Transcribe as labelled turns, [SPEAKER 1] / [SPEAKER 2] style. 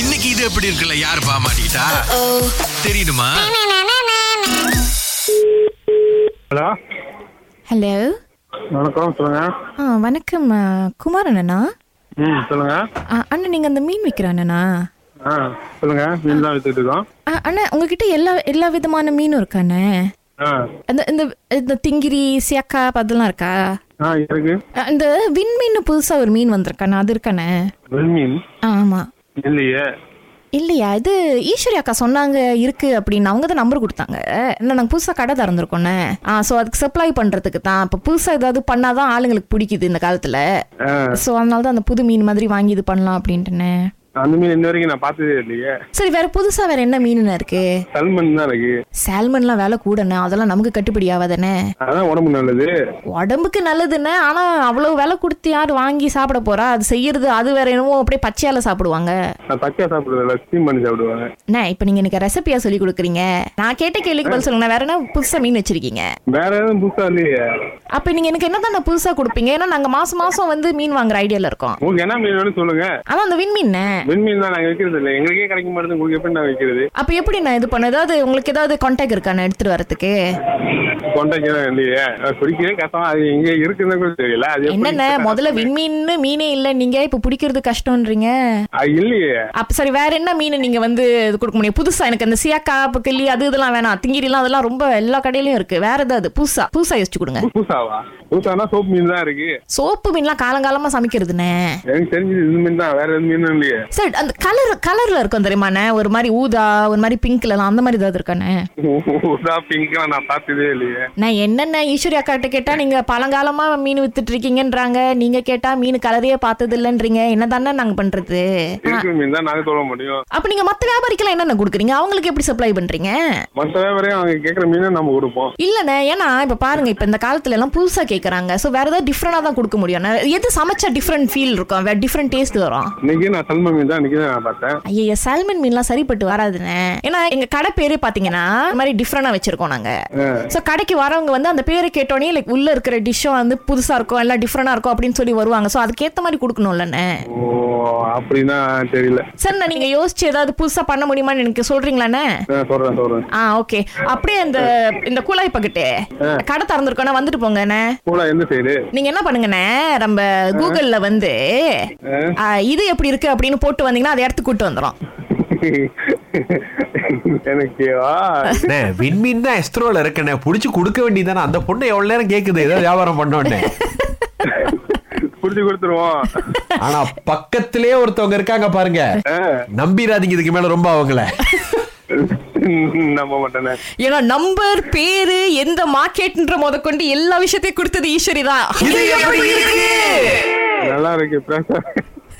[SPEAKER 1] இன்னைக்கு இது எப்படி இருக்குல்ல யார் பாமாட்டா தெரியுமா
[SPEAKER 2] ஹலோ
[SPEAKER 3] ஹலோ
[SPEAKER 2] வணக்கம் சொல்லுங்க
[SPEAKER 3] ஆ வணக்கம் ஆ, குமார் அண்ணனா
[SPEAKER 2] ம் சொல்லுங்க
[SPEAKER 3] ஆ, அண்ணன் நீங்கள் அந்த மீன் விற்கிற அண்ணனா
[SPEAKER 2] ஆ சொல்லுங்க மீன் தான் வித்துட்டு இருக்கோம்
[SPEAKER 3] ஆ, அண்ணன் உங்ககிட்ட எல்லா எல்லா விதமான மீனும் இருக்கா அண்ணன்
[SPEAKER 2] ஆ
[SPEAKER 3] அந்த இந்த இந்த திங்கிரி சியக்காப் அதெல்லாம் இருக்கா
[SPEAKER 2] ஆ இருக்கு
[SPEAKER 3] ஆ, இந்த விண்மீன் புதுசாக ஒரு மீன் வந்திருக்காண்ணா அது இருக்காண்ணே
[SPEAKER 2] மீன்
[SPEAKER 3] ஆமாம்
[SPEAKER 2] இல்லையே
[SPEAKER 3] இல்லையா இது ஈஸ்வரி அக்கா சொன்னாங்க இருக்கு அப்படின்னு அவங்க தான் நம்பர் கொடுத்தாங்க இல்லை நாங்கள் புதுசாக கடை திறந்துருக்கோண்ணே ஆ ஸோ அதுக்கு சப்ளை பண்ணுறதுக்கு தான் இப்போ புதுசாக ஏதாவது பண்ணாதான் ஆளுங்களுக்கு பிடிக்குது இந்த காலத்தில்
[SPEAKER 2] ஆ
[SPEAKER 3] ஸோ அதனால தான் அந்த புது மீன் மாதிரி வாங்கி இது பண்ணலாம் அப்படின்ட்டுண்ணே
[SPEAKER 2] அந்த மீன் இன்ன வரைக்கும் நான் பார்த்ததே இல்லையே
[SPEAKER 3] சரி வேற புதுசா வேற என்ன மீனுண்ணே இருக்கு
[SPEAKER 2] சல்மன் தான் இருக்கு
[SPEAKER 3] சால்மன்லாம் விலை கூடண்ணே அதெல்லாம் நமக்கு கட்டுப்படி ஆகாதானே
[SPEAKER 2] அதான் உடம்பு நல்லது
[SPEAKER 3] உடம்புக்கு நல்லதுண்ணே ஆனா அவ்வளவு விலை கொடுத்து யார் வாங்கி சாப்பிட போறா அது செய்யறது அது வேற என்னமோ அப்படியே பச்சையால சாப்பிடுவாங்க
[SPEAKER 2] நான் தக்கா சாப்பிடுறதில்ல ஸ்டீம் பண்ணி சாப்பிடுவாங்க
[SPEAKER 3] அண்ணே இப்போ நீங்க எனக்கு ரெசிபியா சொல்லி கொடுக்குறீங்க நான் கேட்ட கேள்விக்கு பதில் சொல்லுங்க வேற என்ன புதுசா மீன் வச்சிருக்கீங்க
[SPEAKER 2] வேற எதுவும் புதுசா இல்லையே
[SPEAKER 3] அப்ப நீங்க எனக்கு என்ன தானே புதுசா கொடுப்பீங்க ஏன்னா நாங்க மாசம் மாசம் வந்து மீன் வாங்குற ஐடியால இருக்கோம்
[SPEAKER 2] உங்களுக்கு என்ன மீன் வேணும் சொல்லுங்க
[SPEAKER 3] ஆனா அந்த வின் மீன்
[SPEAKER 2] வெண்மீன் தான் நாங்க விற்கிறது இல்லை எங்களுக்கே கிடைக்க மாட்டேங்குது உங்களுக்கு எப்படி நான் விற்கிறது
[SPEAKER 3] அப்ப எப்படி நான் இது பண்ண ஏதாவது உங்களுக்கு ஏதாவது கான்டாக்ட் இருக்காண்ணே எடுத்துட்டு வரதுக்கு
[SPEAKER 2] கொண்டாக்கிறேன் இல்லையே நான் குடிக்கிறேன் கஷ்டம் அது எங்க இருக்குன்னு கூட தெரியல அது எப்படி
[SPEAKER 3] என்னண்ணே முதல்ல விண்மீன்னு மீனே இல்ல நீங்க இப்ப பிடிக்கிறது கஷ்டம்ன்றீங்க
[SPEAKER 2] அது இல்லையே
[SPEAKER 3] அப்ப சரி வேற என்ன மீன் நீங்க வந்து இது கொடுக்க முடியும் புதுசா எனக்கு அந்த சியாக்கா அப்ப கிளி அது இதெல்லாம் வேணாம் திங்கிரிலாம் அதெல்லாம் ரொம்ப எல்லா கடையிலயும் இருக்கு வேற ஏதாவது புதுசா புதுசா யோசிச்சு கொடுங்க
[SPEAKER 2] புதுசாவா புதுசானா சோப் மீன் தான் இருக்கு
[SPEAKER 3] சோப்பு மீன்லாம் காலங்காலமா சமைக்கிறதுண்ணே
[SPEAKER 2] எனக்கு தெரிஞ்சது இந்த மீன் தான் வேற எதுவும் மீன் இல்லையே
[SPEAKER 3] சரி அந்த கலர் கலர்ல இருக்கும் தெரியுமாண்ணே ஒரு மாதிரி ஊதா ஒரு மாதிரி பிங்க்லலாம் அந்த மாதிரி ஏதாவது இருக்காண்ணே
[SPEAKER 2] ஊதா பிங்கா நான் பார்த்ததே இல்லையே
[SPEAKER 3] நான் என்னென்ன ஈஸ்வரி அக்காட்ட கேட்டா நீங்க பழங்காலமா மீன் வித்துட்டு இருக்கீங்கன்றாங்க நீங்க கேட்டா மீன் கலரையே பார்த்தது இல்லைன்றீங்க என்னதானே நாங்க பண்றது
[SPEAKER 2] இருக்கிற மீன் தான் நாங்க சொல்ல முடியும்
[SPEAKER 3] அப்ப நீங்க மத்த வியாபாரிக்கெல்லாம் என்னென்ன கொடுக்குறீங்க அவங்களுக்கு எப்படி சப்ளை பண்றீங்க
[SPEAKER 2] மற்ற வியாபாரியும் அவங்க கேட்குற மீனை நம்ம கொடுப்போம்
[SPEAKER 3] இல்லண்ணே ஏன்னா இப்ப பாருங்க இப்ப இந்த காலத்துல எல்லாம் புதுசா கேக்குறாங்க சோ வேற ஏதாவது டிஃப்ரெண்டா தான் கொடுக்க முடியும் எது சமைச்சா டிஃப்ரெண்ட் ஃபீல் இருக்கும் வேற டிஃப்ரெண்ட் டேஸ்ட் வரும்
[SPEAKER 2] இன்னைக்கு நான் சல்ம மீன் தான் இன்னைக்கு தான் நான் பார்த்தேன்
[SPEAKER 3] ஐயா சால்மன் மீன்லாம் சரிப்பட்டு வராதுண்ணே ஏன்னா எங்க கடை பேரே பாத்தீங்கன்னா இந்த மாதிரி டிஃப்ரெண்டா வச்சிருக்கோம் நாங்க சோ கடைக்கு வரவங்க வந்து அந்த பேரை கேட்டோடனே லைக் உள்ள இருக்கிற டிஷ்ஷும் வந்து புதுசா இருக்கும் எல்லாம் டிஃப்ரெண்டா இருக்கும் அப்படின்னு சொல்லி வருவாங்க சோ அதுக்கேத்த மாதிரி கொடுக்கணும்லண்ணே
[SPEAKER 2] ஓ அப்படின்னா தெரியல
[SPEAKER 3] சரிண்ணா நீங்க யோசிச்சு ஏதாவது புதுசா பண்ண முடியுமான்னு எனக்கு சொல்றீங்களாண்ணே
[SPEAKER 2] நான் சொல்றேன் சொல்றேன்
[SPEAKER 3] ஆ ஓகே அப்படியே இந்த இந்த குழாய் பக்கெட்டு கடை திறந்துருக்கோண்ணே வந்துட்டு போங்கண்ணே
[SPEAKER 2] கூட எந்த சைடு
[SPEAKER 3] நீங்க என்ன பண்ணுங்கண்ணே நம்ம கூகுள்ல வந்து ஆ, இது எப்படி இருக்கு அப்படின்னு போட்டு வந்தீங்கன்னா அதை இடத்துக்கு கூட்டு வந்துரும்
[SPEAKER 2] எனக்கு ஆ,
[SPEAKER 4] அண்ணே, விண்மீன் தான் எஸ்ட்ரோல இருக்கண்ணே புடிச்சு கொடுக்க வேண்டியதானே அந்த பொண்ணு எவ்வளவு நேரம் கேக்குது ஏதோ வியாபாரம் பண்ணோன்னே
[SPEAKER 2] புடிச்சு கொடுத்துருவோம்
[SPEAKER 4] ஆனா பக்கத்திலே ஒருத்தவங்க இருக்காங்க பாருங்க நம்பிராதீங்க இதுக்கு மேல ரொம்ப அவங்கள
[SPEAKER 2] நம்ப மாட்டேனே
[SPEAKER 3] ஏன்னா நம்பர் பேரு எந்த மார்க்கெட்ன்ற முத கொண்டு எல்லா விஷயத்தையும் கொடுத்தது ஈஸ்வரி தான்
[SPEAKER 4] இது எப்படி இருக்கு?
[SPEAKER 2] நல்லா இருக்கு பேச